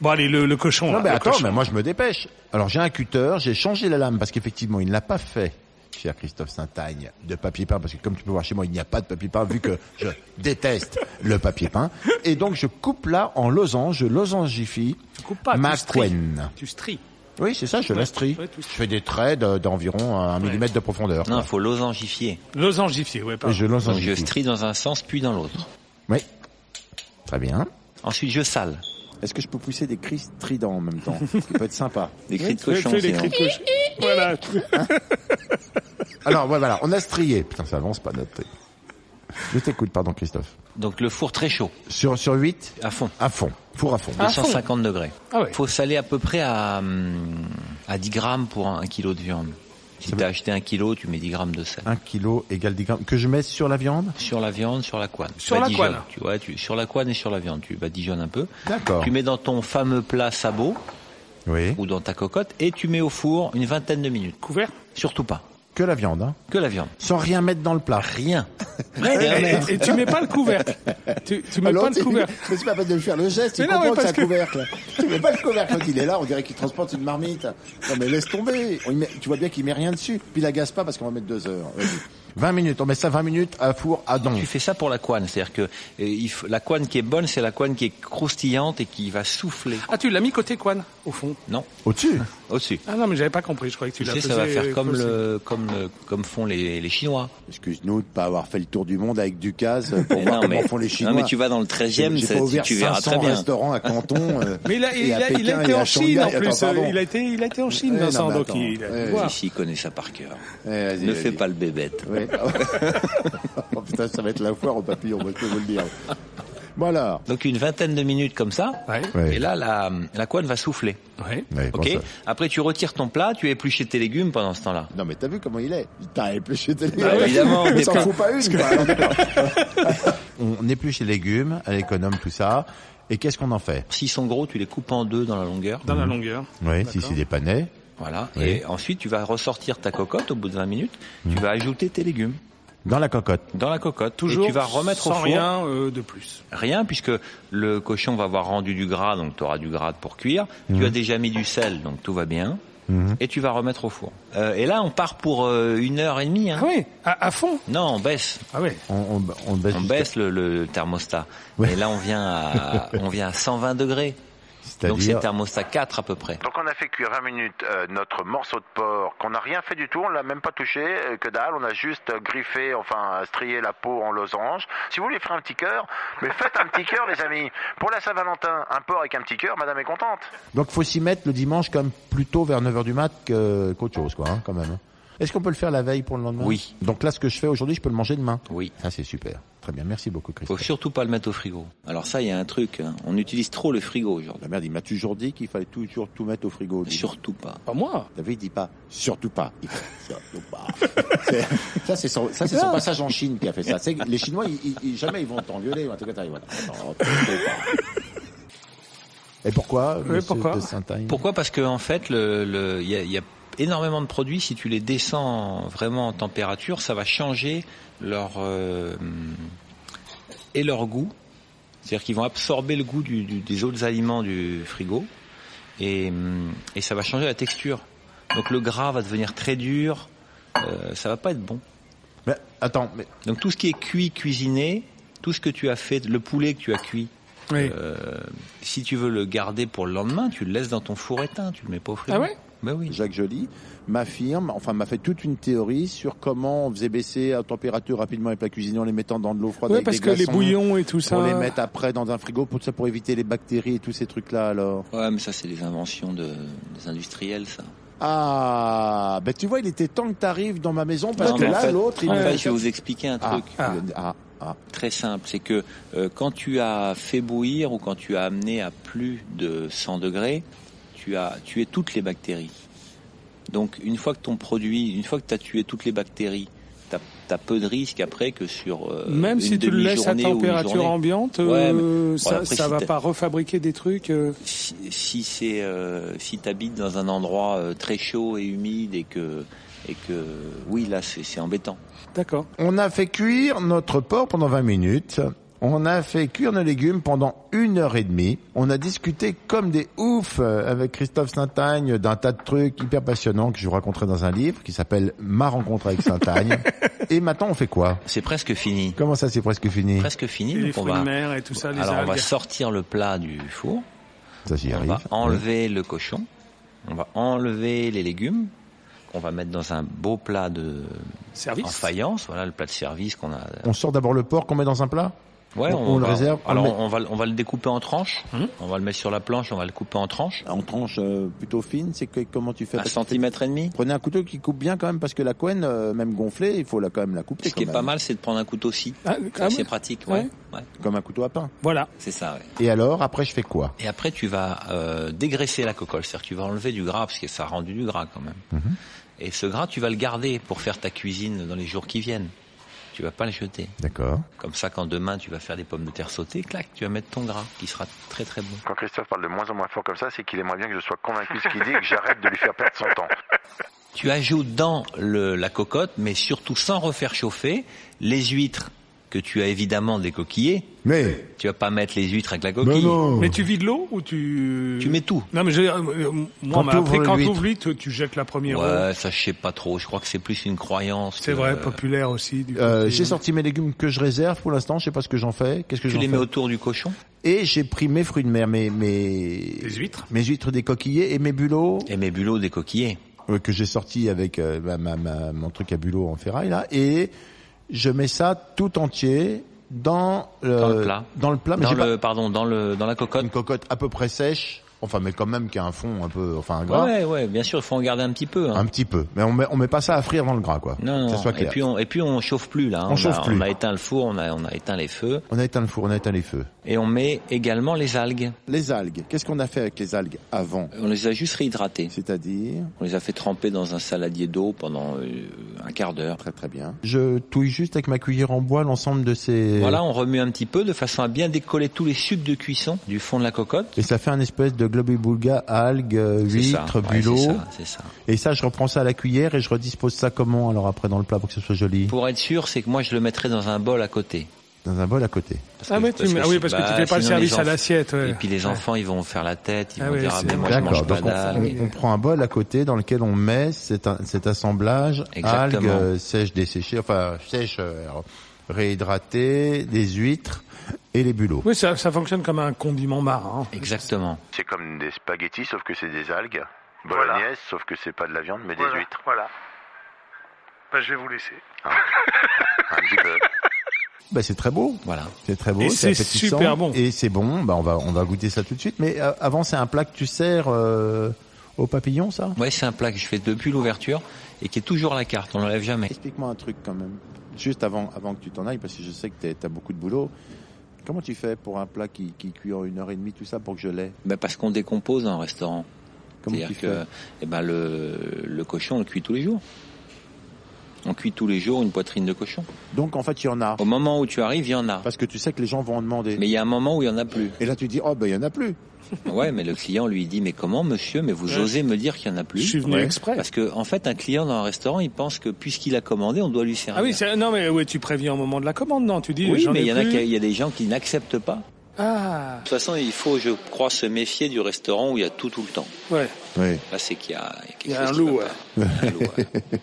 [SPEAKER 4] Bon, allez, le, le cochon.
[SPEAKER 3] Non,
[SPEAKER 4] là,
[SPEAKER 3] mais
[SPEAKER 4] Ah, le
[SPEAKER 3] attends,
[SPEAKER 4] cochon.
[SPEAKER 3] mais moi je me dépêche. Alors j'ai un cutter, j'ai changé la lame parce qu'effectivement il ne l'a pas fait, cher Christophe Saint-Agne, de papier peint parce que comme tu peux voir chez moi il n'y a pas de papier peint vu que je déteste le papier peint. Et donc je coupe là en losange, je losangifie
[SPEAKER 4] Tu coupes pas,
[SPEAKER 3] ma
[SPEAKER 4] tu stries.
[SPEAKER 3] couenne.
[SPEAKER 4] Tu stries.
[SPEAKER 3] Oui, c'est ça, je la strie.
[SPEAKER 4] ouais, tout
[SPEAKER 3] je fais des traits de- d'environ un millimètre de profondeur.
[SPEAKER 5] Non,
[SPEAKER 3] quoi.
[SPEAKER 5] il faut losangifier.
[SPEAKER 4] Losangifié, ouais,
[SPEAKER 3] Et
[SPEAKER 4] pardon.
[SPEAKER 3] je
[SPEAKER 5] Donc je
[SPEAKER 3] losangifie.
[SPEAKER 5] strie dans un sens puis dans l'autre.
[SPEAKER 3] Oui. Très bien.
[SPEAKER 5] Ensuite je sale.
[SPEAKER 7] Est-ce que je peux pousser des cris stridents en même
[SPEAKER 3] [LAUGHS]
[SPEAKER 7] temps Ce qui peut être sympa.
[SPEAKER 5] Des cris de
[SPEAKER 4] Tu
[SPEAKER 5] cochon.
[SPEAKER 4] fais des
[SPEAKER 5] sinon.
[SPEAKER 4] cris de cochon. Voilà.
[SPEAKER 3] Alors ouais, voilà, on a strié. Putain, ça avance pas notre. truc. Je t'écoute, pardon Christophe.
[SPEAKER 5] Donc le four très chaud,
[SPEAKER 3] Sur sur 8
[SPEAKER 5] à fond.
[SPEAKER 3] à fond, four Ah, à fond.
[SPEAKER 5] 250 degrés.
[SPEAKER 4] Ah ouais.
[SPEAKER 5] Faut saler à peu près à, hum, à 10 grammes pour un, un kilo de viande. Si tu as acheté un kilo, tu mets 10 grammes de sel.
[SPEAKER 3] 1 kg égale 10 grammes. Que je mets sur la viande
[SPEAKER 5] Sur la viande, sur la couane.
[SPEAKER 8] Sur la
[SPEAKER 5] Tu badigeonnes,
[SPEAKER 8] couane.
[SPEAKER 5] Tu vois, tu, sur la couane et sur la viande. Tu badigeonnes un peu.
[SPEAKER 3] D'accord.
[SPEAKER 5] Tu mets dans ton fameux plat sabot
[SPEAKER 3] Oui.
[SPEAKER 5] ou dans ta cocotte et tu mets au four une vingtaine de minutes.
[SPEAKER 8] Couvert
[SPEAKER 5] Surtout pas.
[SPEAKER 3] Que la viande, hein.
[SPEAKER 5] Que la viande.
[SPEAKER 3] Sans rien mettre dans le plat.
[SPEAKER 5] Rien.
[SPEAKER 8] et, et- et tu mets pas le couvercle. Tu, tu mets
[SPEAKER 7] Alors,
[SPEAKER 8] pas le
[SPEAKER 7] tu-
[SPEAKER 8] couvercle.
[SPEAKER 7] Mais c'est pas la peine de faire le geste,
[SPEAKER 8] Mais
[SPEAKER 7] tu
[SPEAKER 8] non, mais
[SPEAKER 7] comprends que c'est
[SPEAKER 8] parce
[SPEAKER 7] un
[SPEAKER 8] que-
[SPEAKER 7] couvercle. tu mets pas le couvercle quand il est là, on dirait qu'il transporte une marmite. Non mais laisse tomber. On y met- tu vois bien qu'il met rien dessus. Puis il agace pas parce qu'on va mettre deux heures. Vas-y.
[SPEAKER 3] 20 minutes. On met ça 20 minutes à four à don.
[SPEAKER 5] Tu fais ça pour la couane. C'est-à-dire que euh, il faut- la couane qui est bonne, c'est la couane qui est croustillante et qui va souffler.
[SPEAKER 8] Ah, tu l'as mis côté Quan, au fond.
[SPEAKER 5] Non,
[SPEAKER 3] Au-dessus
[SPEAKER 5] au-dessus.
[SPEAKER 8] Ah non, mais j'avais pas compris. Je croyais que tu
[SPEAKER 5] Tu
[SPEAKER 8] l'as
[SPEAKER 5] sais,
[SPEAKER 8] posé.
[SPEAKER 5] ça va faire comme
[SPEAKER 8] posé.
[SPEAKER 5] le, comme le- comme font les, les Chinois.
[SPEAKER 7] Excuse-nous de pas avoir fait le tour du monde avec Ducasse euh, pour
[SPEAKER 5] Mais
[SPEAKER 7] voir
[SPEAKER 5] non,
[SPEAKER 7] comment
[SPEAKER 5] mais-
[SPEAKER 7] font les
[SPEAKER 5] non,
[SPEAKER 7] Chinois.
[SPEAKER 5] mais tu vas dans le 13e,
[SPEAKER 7] J'ai
[SPEAKER 5] ça,
[SPEAKER 7] pas
[SPEAKER 5] tu-
[SPEAKER 7] ouvert
[SPEAKER 5] tu verras
[SPEAKER 7] 500
[SPEAKER 5] très bien.
[SPEAKER 7] restaurants à Canton.
[SPEAKER 5] [LAUGHS]
[SPEAKER 7] euh,
[SPEAKER 8] Mais il a,
[SPEAKER 7] et
[SPEAKER 8] il,
[SPEAKER 7] à
[SPEAKER 8] a, il a
[SPEAKER 7] Pékin et
[SPEAKER 8] été
[SPEAKER 7] à
[SPEAKER 8] en Chine en
[SPEAKER 7] Shanghai.
[SPEAKER 8] plus. euh,
[SPEAKER 7] Attends, pardon.
[SPEAKER 8] il a été, il a été en Chine,
[SPEAKER 7] Ouais, non,
[SPEAKER 8] Vincent.
[SPEAKER 7] mais
[SPEAKER 8] donc
[SPEAKER 7] attends.
[SPEAKER 8] il a dû
[SPEAKER 7] Ouais.
[SPEAKER 8] voir.
[SPEAKER 5] Ici, ils connaissent ça par cœur.
[SPEAKER 7] Ouais, eh, vas-y,
[SPEAKER 5] ne
[SPEAKER 7] vas-y.
[SPEAKER 5] fais pas le bébête.
[SPEAKER 7] Ouais. [LAUGHS] oh putain, ça va être la foire au papillon, moi, je peux vous le dire. Bon alors,
[SPEAKER 5] Donc une vingtaine de minutes comme ça.
[SPEAKER 8] Ouais.
[SPEAKER 3] Ouais.
[SPEAKER 5] Et là, la, la couenne va souffler.
[SPEAKER 8] Ouais.
[SPEAKER 3] Ouais, bon,
[SPEAKER 5] Ok.
[SPEAKER 3] ça-
[SPEAKER 5] Après, tu retires ton plat, tu épluches tes légumes pendant ce temps-là.
[SPEAKER 7] non mais t'as vu comment il est Il t'a épluché tes
[SPEAKER 5] Bah,
[SPEAKER 7] [LAUGHS]
[SPEAKER 5] évidemment,
[SPEAKER 7] mais
[SPEAKER 5] mais
[SPEAKER 7] Ah s'en
[SPEAKER 5] parce
[SPEAKER 7] fout pas une. quoi. Alors, d'accord.
[SPEAKER 3] On épluche les légumes, à l'économe, tout ça. Et qu'est-ce qu'on en fait
[SPEAKER 5] S'ils sont gros, tu les coupes en deux dans la longueur.
[SPEAKER 8] Dans la longueur.
[SPEAKER 3] Oui, si c'est des panais.
[SPEAKER 5] Voilà.
[SPEAKER 3] Oui.
[SPEAKER 5] Et ensuite, tu vas ressortir ta cocotte au bout de 20 minutes.
[SPEAKER 8] Mm.
[SPEAKER 5] Tu vas ajouter tes légumes
[SPEAKER 3] Dans la cocotte.
[SPEAKER 5] dans la cocotte.
[SPEAKER 8] Toujours.
[SPEAKER 5] Et tu vas remettre au
[SPEAKER 8] sans
[SPEAKER 5] four.
[SPEAKER 8] rien euh, de plus.
[SPEAKER 5] Rien, puisque le cochon va avoir rendu du gras, donc tu auras du gras pour cuire.
[SPEAKER 8] Mm.
[SPEAKER 5] Tu as déjà mis du sel, donc tout va bien. Et tu vas remettre au four. Euh, et là, on part pour euh, une heure et demie. hein.
[SPEAKER 8] Ah oui, à, à fond.
[SPEAKER 5] Non, on baisse.
[SPEAKER 8] Ah oui.
[SPEAKER 3] On, on, on baisse,
[SPEAKER 5] On
[SPEAKER 3] jusqu'à-
[SPEAKER 5] baisse le, le thermostat.
[SPEAKER 3] Ouais.
[SPEAKER 5] Et là, on vient à, on vient à 120 degrés. Donc c'est
[SPEAKER 8] oh.
[SPEAKER 3] C'est-à-dire.
[SPEAKER 5] le thermostat 4 à peu près.
[SPEAKER 6] Donc on a fait cuire 20 minutes euh, notre morceau de porc, qu'on n'a rien fait du tout, on l'a même pas touché, euh, que dalle, on a juste euh, griffé, enfin strié la peau en losange. Si vous voulez faire un petit cœur, mais faites un petit cœur [LAUGHS] les amis. Pour la Saint-Valentin, un porc avec un petit cœur, madame est contente.
[SPEAKER 3] Donc faut s'y mettre le dimanche comme plutôt vers 9h du mat que- qu'autre chose quoi hein, quand même. Est-ce qu'on peut le faire la veille pour le lendemain
[SPEAKER 5] Oui.
[SPEAKER 3] Donc là ce que je fais aujourd'hui, je peux le manger demain.
[SPEAKER 5] Oui.
[SPEAKER 3] Ça c'est super. Très bien, merci beaucoup
[SPEAKER 5] Faut
[SPEAKER 3] Christophe.
[SPEAKER 5] surtout pas le mettre au frigo. Alors ça, il y a un truc. hein. On utilise trop le frigo aujourd'hui.
[SPEAKER 7] La merde, il m'a toujours dit qu'il fallait toujours tout mettre au frigo. Dis-
[SPEAKER 5] Surtout pas.
[SPEAKER 8] Pas moi.
[SPEAKER 7] T'as vu, il dit pas surtout pas. Il fait surtout [LAUGHS] pas. C'est- ça, c'est son, ça, c'est son passage en Chine qui a fait ça. C'est que Les Chinois, ils, ils- ils- jamais ils vont t'engueuler. En tout cas, t'arrives. voilà. Attends, surtout pas.
[SPEAKER 3] Et pourquoi
[SPEAKER 8] Oui,
[SPEAKER 3] monsieur
[SPEAKER 8] pourquoi
[SPEAKER 3] de Saint-Aignan
[SPEAKER 5] Pourquoi Parce que en fait, le- le- il y, a, il y a énormément de produits. Si tu les descends vraiment en température, ça va changer leur euh, et leur goût. C'est-à-dire qu'ils vont absorber le goût du- du- des autres aliments du frigo et, hum, et ça va changer la texture. Donc le gras va devenir très dur. Euh, ça va pas être bon.
[SPEAKER 3] Mais, Attends, mais
[SPEAKER 5] Donc tout ce qui est cuit, cuisiné, tout ce que tu as fait, le poulet que tu as cuit,
[SPEAKER 8] Oui.
[SPEAKER 5] euh, si tu veux le garder pour le lendemain, tu le laisses dans ton four éteint, tu le mets pas au frigo.
[SPEAKER 8] Ah ouais
[SPEAKER 5] Bah oui.
[SPEAKER 7] Jacques Joly m'affirme, enfin m'a fait toute une théorie sur comment on faisait baisser à température rapidement les plats cuisinés en les mettant dans de l'eau froide
[SPEAKER 8] Ouais,
[SPEAKER 7] avec
[SPEAKER 8] parce
[SPEAKER 7] des
[SPEAKER 8] que les
[SPEAKER 7] glaçons,
[SPEAKER 8] bouillons et tout ça.
[SPEAKER 7] pour les mettre après dans un frigo pour ça pour éviter les bactéries et tous ces trucs là alors.
[SPEAKER 5] Ouais, mais ça c'est les inventions de, des industriels, ça.
[SPEAKER 7] Ah, ben tu vois, il était temps que t'arrives dans ma maison parce
[SPEAKER 5] Non,
[SPEAKER 7] que
[SPEAKER 5] mais en
[SPEAKER 7] là
[SPEAKER 5] fait-
[SPEAKER 7] l'autre il
[SPEAKER 5] En
[SPEAKER 7] me
[SPEAKER 5] fait,
[SPEAKER 7] fait
[SPEAKER 5] je vais vous expliquer un
[SPEAKER 7] ah,
[SPEAKER 5] truc euh,
[SPEAKER 7] ah, ah, ah.
[SPEAKER 5] très simple, c'est que euh, quand tu as fait bouillir ou quand tu as amené à plus de 100 degrés, tu as tué toutes les bactéries. Donc une fois que ton produit, une fois que tu as tué toutes les bactéries, t'as as peu de risque après que sur euh,
[SPEAKER 8] Même
[SPEAKER 5] une
[SPEAKER 8] si tu le laisses à
[SPEAKER 5] demi-journée ou une
[SPEAKER 8] température
[SPEAKER 5] journée-
[SPEAKER 8] ambiante,
[SPEAKER 5] Ouais, mais-
[SPEAKER 8] euh,
[SPEAKER 5] bon,
[SPEAKER 8] ça,
[SPEAKER 5] après,
[SPEAKER 8] ça
[SPEAKER 5] si
[SPEAKER 8] va
[SPEAKER 5] t'es-
[SPEAKER 8] pas refabriquer des trucs. euh,
[SPEAKER 5] si, si c'est euh, si t'habites dans un endroit euh, très chaud et humide et que et que oui là c'est c'est embêtant.
[SPEAKER 8] D'accord.
[SPEAKER 3] on a fait cuire notre porc pendant 20 minutes. On a fait cuire nos légumes pendant une heure et demie. On a discuté comme des oufs euh, avec Christophe Saint-Agne d'un tas de trucs hyper passionnants que je vous raconterai dans un livre qui s'appelle Ma rencontre avec
[SPEAKER 5] [LAUGHS]
[SPEAKER 3] Saint-Agne. et maintenant, on fait quoi
[SPEAKER 5] C'est presque fini.
[SPEAKER 3] Comment ça, c'est presque fini
[SPEAKER 5] Presque fini.
[SPEAKER 8] Et les
[SPEAKER 5] donc on
[SPEAKER 8] fruits
[SPEAKER 7] bah,
[SPEAKER 8] de
[SPEAKER 5] va
[SPEAKER 8] mer et tout ça, les
[SPEAKER 5] alors on va
[SPEAKER 8] algues.
[SPEAKER 5] sortir le plat du four.
[SPEAKER 3] Ça, j'y
[SPEAKER 5] On
[SPEAKER 3] arrive.
[SPEAKER 5] va enlever le cochon. On va enlever les légumes qu'on va mettre dans un beau plat de
[SPEAKER 8] Service.
[SPEAKER 5] en faïence. Voilà le plat de service qu'on a.
[SPEAKER 3] On sort d'abord le porc qu'on met dans un plat
[SPEAKER 5] Ouais,
[SPEAKER 3] On- on le
[SPEAKER 5] va-
[SPEAKER 3] réserve, on
[SPEAKER 5] Alors
[SPEAKER 3] le met.
[SPEAKER 5] on va le- on va le découper en tranches. On va le mettre sur la planche, on va le couper en tranches.
[SPEAKER 7] En tranche euh, plutôt fine, c'est que comment tu fais
[SPEAKER 5] Un
[SPEAKER 7] Parce que-
[SPEAKER 5] centimètre et demi.
[SPEAKER 7] Prenez un couteau qui coupe bien quand même, parce que la couenne, euh, même gonflée, il faut la, quand même la couper.
[SPEAKER 5] Ce qui est
[SPEAKER 7] quand
[SPEAKER 5] pas
[SPEAKER 7] même.
[SPEAKER 5] mal, c'est de prendre un couteau scie.
[SPEAKER 8] Ah, ah
[SPEAKER 5] c'est
[SPEAKER 8] oui,
[SPEAKER 5] pratique,
[SPEAKER 8] Ouais.
[SPEAKER 5] ouais. ouais.
[SPEAKER 7] Comme un couteau à pain.
[SPEAKER 8] Voilà.
[SPEAKER 5] C'est ça, ouais.
[SPEAKER 3] Et alors, après, je fais quoi
[SPEAKER 5] Et après, tu vas euh, dégraisser la cocolle, c'est-à-dire que tu vas enlever du gras, parce que ça a rendu du gras quand même.
[SPEAKER 3] Mhm.
[SPEAKER 5] Et ce gras, tu vas le garder pour faire ta cuisine dans les jours qui viennent. Tu vas pas le jeter.
[SPEAKER 3] D'accord.
[SPEAKER 5] Comme ça, quand demain tu vas faire des pommes de terre sautées, clac, tu vas mettre ton gras, qui sera très très bon.
[SPEAKER 6] Quand Christophe parle de moins en moins fort comme ça, c'est qu'il aimerait bien que je sois convaincu de ce qu'il dit et que j'arrête de lui faire perdre son temps.
[SPEAKER 5] Tu ajoutes dans le- la cocotte, mais surtout sans refaire chauffer, les huîtres que tu as évidemment décoquillées.
[SPEAKER 3] Mais,
[SPEAKER 5] Tu vas pas mettre les huîtres avec la
[SPEAKER 3] mais
[SPEAKER 5] coquille.
[SPEAKER 3] non
[SPEAKER 8] Mais tu vides l'eau ou tu...
[SPEAKER 5] Tu mets tout.
[SPEAKER 8] Non, mais j'ai- euh, euh, moi,
[SPEAKER 3] Quand
[SPEAKER 8] on m'a appris
[SPEAKER 3] t'ouvres
[SPEAKER 8] quand
[SPEAKER 3] l'huître.
[SPEAKER 8] t'ouvres l'huître, tu jettes la première eau.
[SPEAKER 5] Ouais, ça je sais pas trop. Je crois que c'est plus une croyance.
[SPEAKER 8] C'est
[SPEAKER 5] que-
[SPEAKER 8] vrai, populaire aussi. du
[SPEAKER 3] Euh,
[SPEAKER 8] côté-
[SPEAKER 3] j'ai sorti mes légumes que je réserve pour l'instant, je sais pas ce que j'en fais. Qu'est-ce que
[SPEAKER 5] Tu
[SPEAKER 3] j'en
[SPEAKER 5] les
[SPEAKER 3] fais
[SPEAKER 5] mets autour du cochon
[SPEAKER 3] Et j'ai pris mes fruits de mer, mes mes
[SPEAKER 8] Les huîtres.
[SPEAKER 3] mes huîtres des coquillets et mes bulots
[SPEAKER 5] et mes bulots décoquillés.
[SPEAKER 3] euh, que j'ai sortis avec euh, ma, ma- ma- mon truc à bulots en ferraille là et je mets ça tout entier dans le,
[SPEAKER 5] Dans le plat.
[SPEAKER 3] Euh, dans le plat, mais
[SPEAKER 5] dans
[SPEAKER 3] j'ai pas
[SPEAKER 5] le, pardon, dans le, dans la cocotte.
[SPEAKER 3] une cocotte à peu près sèche, enfin mais quand même qui a un fond un peu enfin un gras,
[SPEAKER 5] Ouais, ouais, bien sûr, il faut en garder un petit peu. hein.
[SPEAKER 3] un petit peu. Mais on met on met pas ça à frire dans le gras quoi.
[SPEAKER 5] Non,
[SPEAKER 3] que ça
[SPEAKER 5] non.
[SPEAKER 3] soit
[SPEAKER 5] Et
[SPEAKER 3] clair.
[SPEAKER 5] puis on, et puis on chauffe plus là. hein.
[SPEAKER 3] On
[SPEAKER 5] a-
[SPEAKER 3] chauffe plus.
[SPEAKER 5] On a éteint le four, on a, on a éteint les feux
[SPEAKER 3] On a éteint le four, on a éteint les feux.
[SPEAKER 5] et on met également les algues.
[SPEAKER 7] Les algues. Qu'est-ce qu'on a fait avec les algues avant
[SPEAKER 5] On les a juste réhydratées.
[SPEAKER 7] C'est-à-dire,
[SPEAKER 5] On les a fait tremper dans un saladier d'eau pendant euh, un quart d'heure.
[SPEAKER 7] très très bien.
[SPEAKER 3] Je touille juste avec ma cuillère en bois l'ensemble de ces
[SPEAKER 5] Voilà, on remue un petit peu de façon à bien décoller tous les sucs de cuisson du fond de la cocotte.
[SPEAKER 3] Et ça fait un espèce de globi-boulga, algues, euh,
[SPEAKER 5] C'est ça.
[SPEAKER 3] huîtres,
[SPEAKER 5] Ouais,
[SPEAKER 3] bulots.
[SPEAKER 5] c'est ça, c'est ça.
[SPEAKER 3] et ça, je reprends ça à la cuillère et je redispose ça comment alors après dans le plat pour que ce soit joli
[SPEAKER 5] Pour être sûr, c'est que moi je le mettrais dans un bol à côté.
[SPEAKER 3] Dans un bol à côté.
[SPEAKER 5] Parce
[SPEAKER 8] Ah,
[SPEAKER 5] que-
[SPEAKER 8] ouais, tu
[SPEAKER 5] parce
[SPEAKER 8] mets-
[SPEAKER 5] que
[SPEAKER 8] ah oui,
[SPEAKER 5] c'est-
[SPEAKER 8] parce que
[SPEAKER 5] bah,
[SPEAKER 8] tu fais pas le
[SPEAKER 5] sinon, les
[SPEAKER 8] service à
[SPEAKER 5] enfants-
[SPEAKER 8] l'assiette. ouais.
[SPEAKER 5] Et puis les enfants, ils vont faire la tête, ils
[SPEAKER 8] Ah
[SPEAKER 5] vont
[SPEAKER 8] ouais,
[SPEAKER 5] dire ah
[SPEAKER 8] c'est-
[SPEAKER 5] ben moi je
[SPEAKER 3] D'accord.
[SPEAKER 5] mange pas
[SPEAKER 3] Donc on,
[SPEAKER 5] d'algues.
[SPEAKER 3] on- on prend un bol à côté dans lequel on met cet, cet assemblage
[SPEAKER 5] Exactement.
[SPEAKER 3] algues euh, sèches desséchées, enfin sèches euh, alors, réhydratées, des huîtres et les bulots.
[SPEAKER 8] Oui, ça, ça fonctionne comme un condiment hein. marin.
[SPEAKER 5] Exactement.
[SPEAKER 6] C'est comme des spaghettis, sauf que c'est des algues.
[SPEAKER 4] Voilà.
[SPEAKER 6] Bolognaise, sauf que c'est pas de la viande, mais
[SPEAKER 4] Voilà,
[SPEAKER 6] des huîtres. Ah.
[SPEAKER 4] Voilà. Bah, je vais vous laisser. [LAUGHS]
[SPEAKER 6] Un petit peu.
[SPEAKER 3] Bah, c'est très beau.
[SPEAKER 5] Voilà.
[SPEAKER 3] C'est très beau,
[SPEAKER 8] Et c'est
[SPEAKER 3] appétissant,
[SPEAKER 8] super bon.
[SPEAKER 3] et c'est bon. Bah on va on va goûter ça tout de suite. Mais euh, avant c'est un plat que tu sers euh, au papillon, ça
[SPEAKER 5] Ouais, c'est un plat que je fais depuis l'ouverture et qui est toujours à la carte, on l'enlève jamais.
[SPEAKER 7] Explique-moi un truc quand même. Juste avant, avant que tu t'en ailles, parce que je sais que t'es- t'as beaucoup de boulot. Comment tu fais pour un plat qui, qui cuit en une heure et demie, tout ça, pour que je l'aie
[SPEAKER 5] Ben parce qu'on décompose en restaurant.
[SPEAKER 7] Comment tu
[SPEAKER 5] C'est-à-dire
[SPEAKER 7] fais
[SPEAKER 5] que eh ben le, le cochon, on le cuit tous les jours. On cuit tous les jours une poitrine de cochon.
[SPEAKER 7] Donc en fait, il y en a.
[SPEAKER 5] Au moment où tu arrives, il y en a.
[SPEAKER 7] Parce que tu sais que les gens vont en demander.
[SPEAKER 5] Oh. Mais il y a un moment où il y en a plus.
[SPEAKER 7] Et là, tu dis, oh ben il y en a plus.
[SPEAKER 5] Ouais, mais le client lui dit, mais comment monsieur, mais vous osez me dire qu'il y en a plus
[SPEAKER 8] Je suis venu
[SPEAKER 7] Ouais.
[SPEAKER 8] exprès.
[SPEAKER 5] Parce que en fait, un client dans un restaurant, il pense que puisqu'il a commandé, on doit lui servir.
[SPEAKER 8] Ah oui, c'est- non, mais ouais, tu préviens au moment de la commande, non Tu dis,
[SPEAKER 5] Oui,
[SPEAKER 8] j'en
[SPEAKER 5] mais
[SPEAKER 8] ai
[SPEAKER 5] il y en a,
[SPEAKER 8] plus.
[SPEAKER 5] qui- il y a des gens qui n'acceptent pas.
[SPEAKER 8] Ah,
[SPEAKER 5] De toute façon, il faut, je crois, se méfier du restaurant où il y a tout tout le temps.
[SPEAKER 8] ouais.
[SPEAKER 7] Oui.
[SPEAKER 5] Là, c'est qu'il y a,
[SPEAKER 8] Il y
[SPEAKER 5] quelque
[SPEAKER 8] a
[SPEAKER 5] chose
[SPEAKER 8] un
[SPEAKER 5] qui va
[SPEAKER 8] loup,
[SPEAKER 5] pas.
[SPEAKER 8] ouais.
[SPEAKER 5] Un loup, ouais.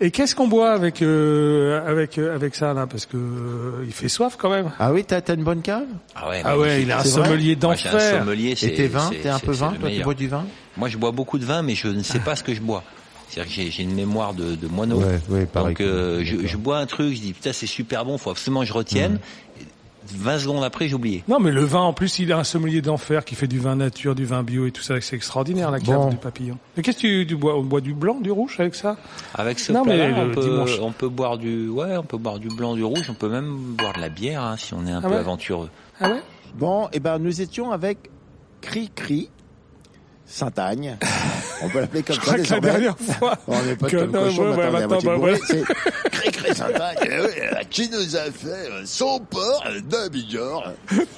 [SPEAKER 8] Et qu'est-ce qu'on boit avec euh, avec euh, avec ça là Parce que euh, il fait soif quand même.
[SPEAKER 3] Ah oui, t'as t'as une bonne cave
[SPEAKER 5] [LAUGHS] Ah ouais,
[SPEAKER 8] Ah
[SPEAKER 5] non,
[SPEAKER 8] ouais,
[SPEAKER 5] j'ai-
[SPEAKER 8] il a un
[SPEAKER 3] c'est vrai
[SPEAKER 8] sommelier
[SPEAKER 5] moi, j'ai un
[SPEAKER 8] d'enfer.
[SPEAKER 5] sommelier, c'est-
[SPEAKER 3] Et t'es vin,
[SPEAKER 5] c'est-
[SPEAKER 3] t'es un
[SPEAKER 5] c'est-
[SPEAKER 3] peu
[SPEAKER 5] c'est
[SPEAKER 3] vin,
[SPEAKER 5] le
[SPEAKER 3] toi tu
[SPEAKER 5] meilleur.
[SPEAKER 3] bois du vin
[SPEAKER 5] Moi, je bois beaucoup de vin, mais je ne sais pas ce que je bois. C'est-à-dire que j'ai- j'ai une mémoire de, de moineau.
[SPEAKER 3] Ouais, ouais, pareil.
[SPEAKER 5] Donc, euh, je, je bois un truc, je dis putain, c'est super bon, faut absolument que je
[SPEAKER 3] Mmh.
[SPEAKER 5] retienne. Et 20 secondes après, j'ai oublié.
[SPEAKER 8] Non, mais le vin en plus, il a un sommelier d'enfer qui fait du vin nature, du vin bio et tout ça. C'est extraordinaire la cave
[SPEAKER 3] Bon.
[SPEAKER 8] du papillon. Mais qu'est-ce que tu, tu bois On boit du blanc, du rouge avec ça
[SPEAKER 5] Avec ce
[SPEAKER 8] Non,
[SPEAKER 5] plat-là,
[SPEAKER 8] mais le
[SPEAKER 5] on, peut,
[SPEAKER 8] dimanche.
[SPEAKER 5] on peut boire du, ouais, on peut boire du blanc, du rouge, on peut même boire de la bière hein, si on est un
[SPEAKER 8] Ah
[SPEAKER 5] peu
[SPEAKER 8] ouais
[SPEAKER 5] aventureux.
[SPEAKER 8] Ah ouais
[SPEAKER 7] Bon, et ben nous étions avec Cri-Cri,
[SPEAKER 5] [LAUGHS]
[SPEAKER 7] Saint-Agne. On peut l'appeler comme
[SPEAKER 8] Je
[SPEAKER 7] ça
[SPEAKER 8] crois Ah, que la
[SPEAKER 7] désormais.
[SPEAKER 8] dernière
[SPEAKER 3] [LAUGHS]
[SPEAKER 8] fois.
[SPEAKER 7] On n'est pas
[SPEAKER 8] que-
[SPEAKER 7] comme
[SPEAKER 8] non,
[SPEAKER 7] cochon,
[SPEAKER 8] ouais,
[SPEAKER 7] maintenant, on est
[SPEAKER 8] ouais, attends,
[SPEAKER 7] à moitié bourré.
[SPEAKER 8] bah,
[SPEAKER 7] C'est Cri-Cri Saint-Agne euh, euh, qui nous a fait euh, son porc euh, de Bigorre.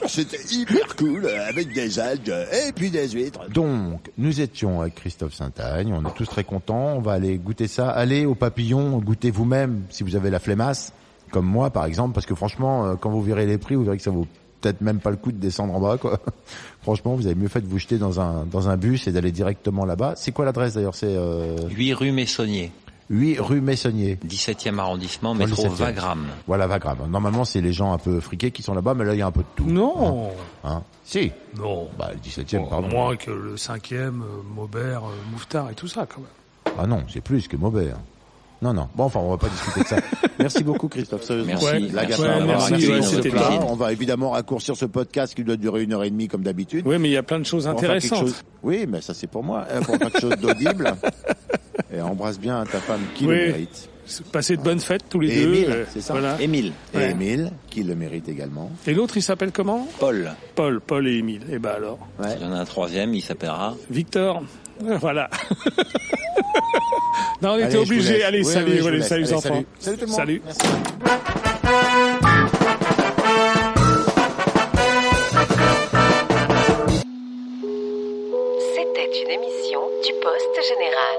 [SPEAKER 7] C'était hyper cool, euh, avec des algues euh, et puis des huîtres.
[SPEAKER 3] Donc, nous étions avec Christophe Saint-Agne, on est tous très contents, on va aller goûter ça. Allez au papillon, goûtez vous-même si vous avez la flemmasse, comme moi par exemple, parce que franchement, euh, quand vous verrez les prix, vous verrez que ça vaut peut-être même pas le coup de descendre en bas. Quoi. [LAUGHS] franchement, vous avez mieux fait de vous jeter dans un, dans un bus et d'aller directement là-bas. C'est quoi l'adresse d'ailleurs C'est euh,
[SPEAKER 5] 8 rue Messonnier,
[SPEAKER 3] 8 rue Messonnier.
[SPEAKER 5] 17e arrondissement,
[SPEAKER 3] Dans le
[SPEAKER 5] métro
[SPEAKER 3] 17e.
[SPEAKER 5] Wagram.
[SPEAKER 3] Voilà, va grave. Normalement, c'est les gens un peu friqués qui sont là-bas, mais là, il y a un peu de tout.
[SPEAKER 8] Non.
[SPEAKER 3] Hein si.
[SPEAKER 8] Non.
[SPEAKER 3] Bah, le 17e,
[SPEAKER 8] Bon,
[SPEAKER 3] pardon.
[SPEAKER 8] Moins que le cinquième, euh, Maubert, euh, Mouffetard et tout ça quand même.
[SPEAKER 3] Ah non, c'est plus que mauvais. hein. Non, non. Bon, enfin, on va pas discuter de ça. [LAUGHS] Merci beaucoup, Christophe. Sérieusement.
[SPEAKER 5] Merci. Ouais.
[SPEAKER 3] La
[SPEAKER 5] Merci
[SPEAKER 3] gaffe à
[SPEAKER 5] d'avoir
[SPEAKER 3] la
[SPEAKER 4] merci,
[SPEAKER 3] gaffe
[SPEAKER 4] ouais,
[SPEAKER 3] dans ce
[SPEAKER 4] c'était
[SPEAKER 3] plat.
[SPEAKER 4] bien.
[SPEAKER 3] On va évidemment raccourcir ce podcast qui doit durer une heure et demie comme d'habitude.
[SPEAKER 4] Oui, mais il y a plein de choses
[SPEAKER 3] Pour en faire quelque
[SPEAKER 4] intéressantes.
[SPEAKER 3] chose- Oui, mais ça c'est pour moi. Euh, Pour faire quelque chose
[SPEAKER 4] [LAUGHS]
[SPEAKER 3] d'audible. Et embrasse bien ta femme qui
[SPEAKER 4] Oui.
[SPEAKER 3] le mérite.
[SPEAKER 4] Passer de bonnes fêtes tous les
[SPEAKER 3] Et
[SPEAKER 4] deux.
[SPEAKER 3] Émile,
[SPEAKER 4] euh,
[SPEAKER 3] c'est ça.
[SPEAKER 4] voilà.
[SPEAKER 5] Émile,
[SPEAKER 3] Et
[SPEAKER 4] Ouais.
[SPEAKER 3] Émile qui le mérite également.
[SPEAKER 4] Et l'autre, il s'appelle comment
[SPEAKER 5] Paul.
[SPEAKER 4] Paul, Paul et Émile. Et ben alors,
[SPEAKER 3] Ouais.
[SPEAKER 5] Il y en a un troisième, il s'appellera.
[SPEAKER 4] Victor. Euh, Voilà. [LAUGHS] non, on
[SPEAKER 3] Allez,
[SPEAKER 4] était
[SPEAKER 3] je vous
[SPEAKER 4] obligés.
[SPEAKER 3] laisse.
[SPEAKER 4] Allez,
[SPEAKER 3] Oui,
[SPEAKER 4] salut,
[SPEAKER 3] oui, je vous
[SPEAKER 4] allez,
[SPEAKER 3] laisse.
[SPEAKER 4] salut, les
[SPEAKER 3] Allez,
[SPEAKER 4] enfants.
[SPEAKER 3] salut. Salut tout le monde.
[SPEAKER 4] Salut.
[SPEAKER 2] C'était une émission du Poste Général.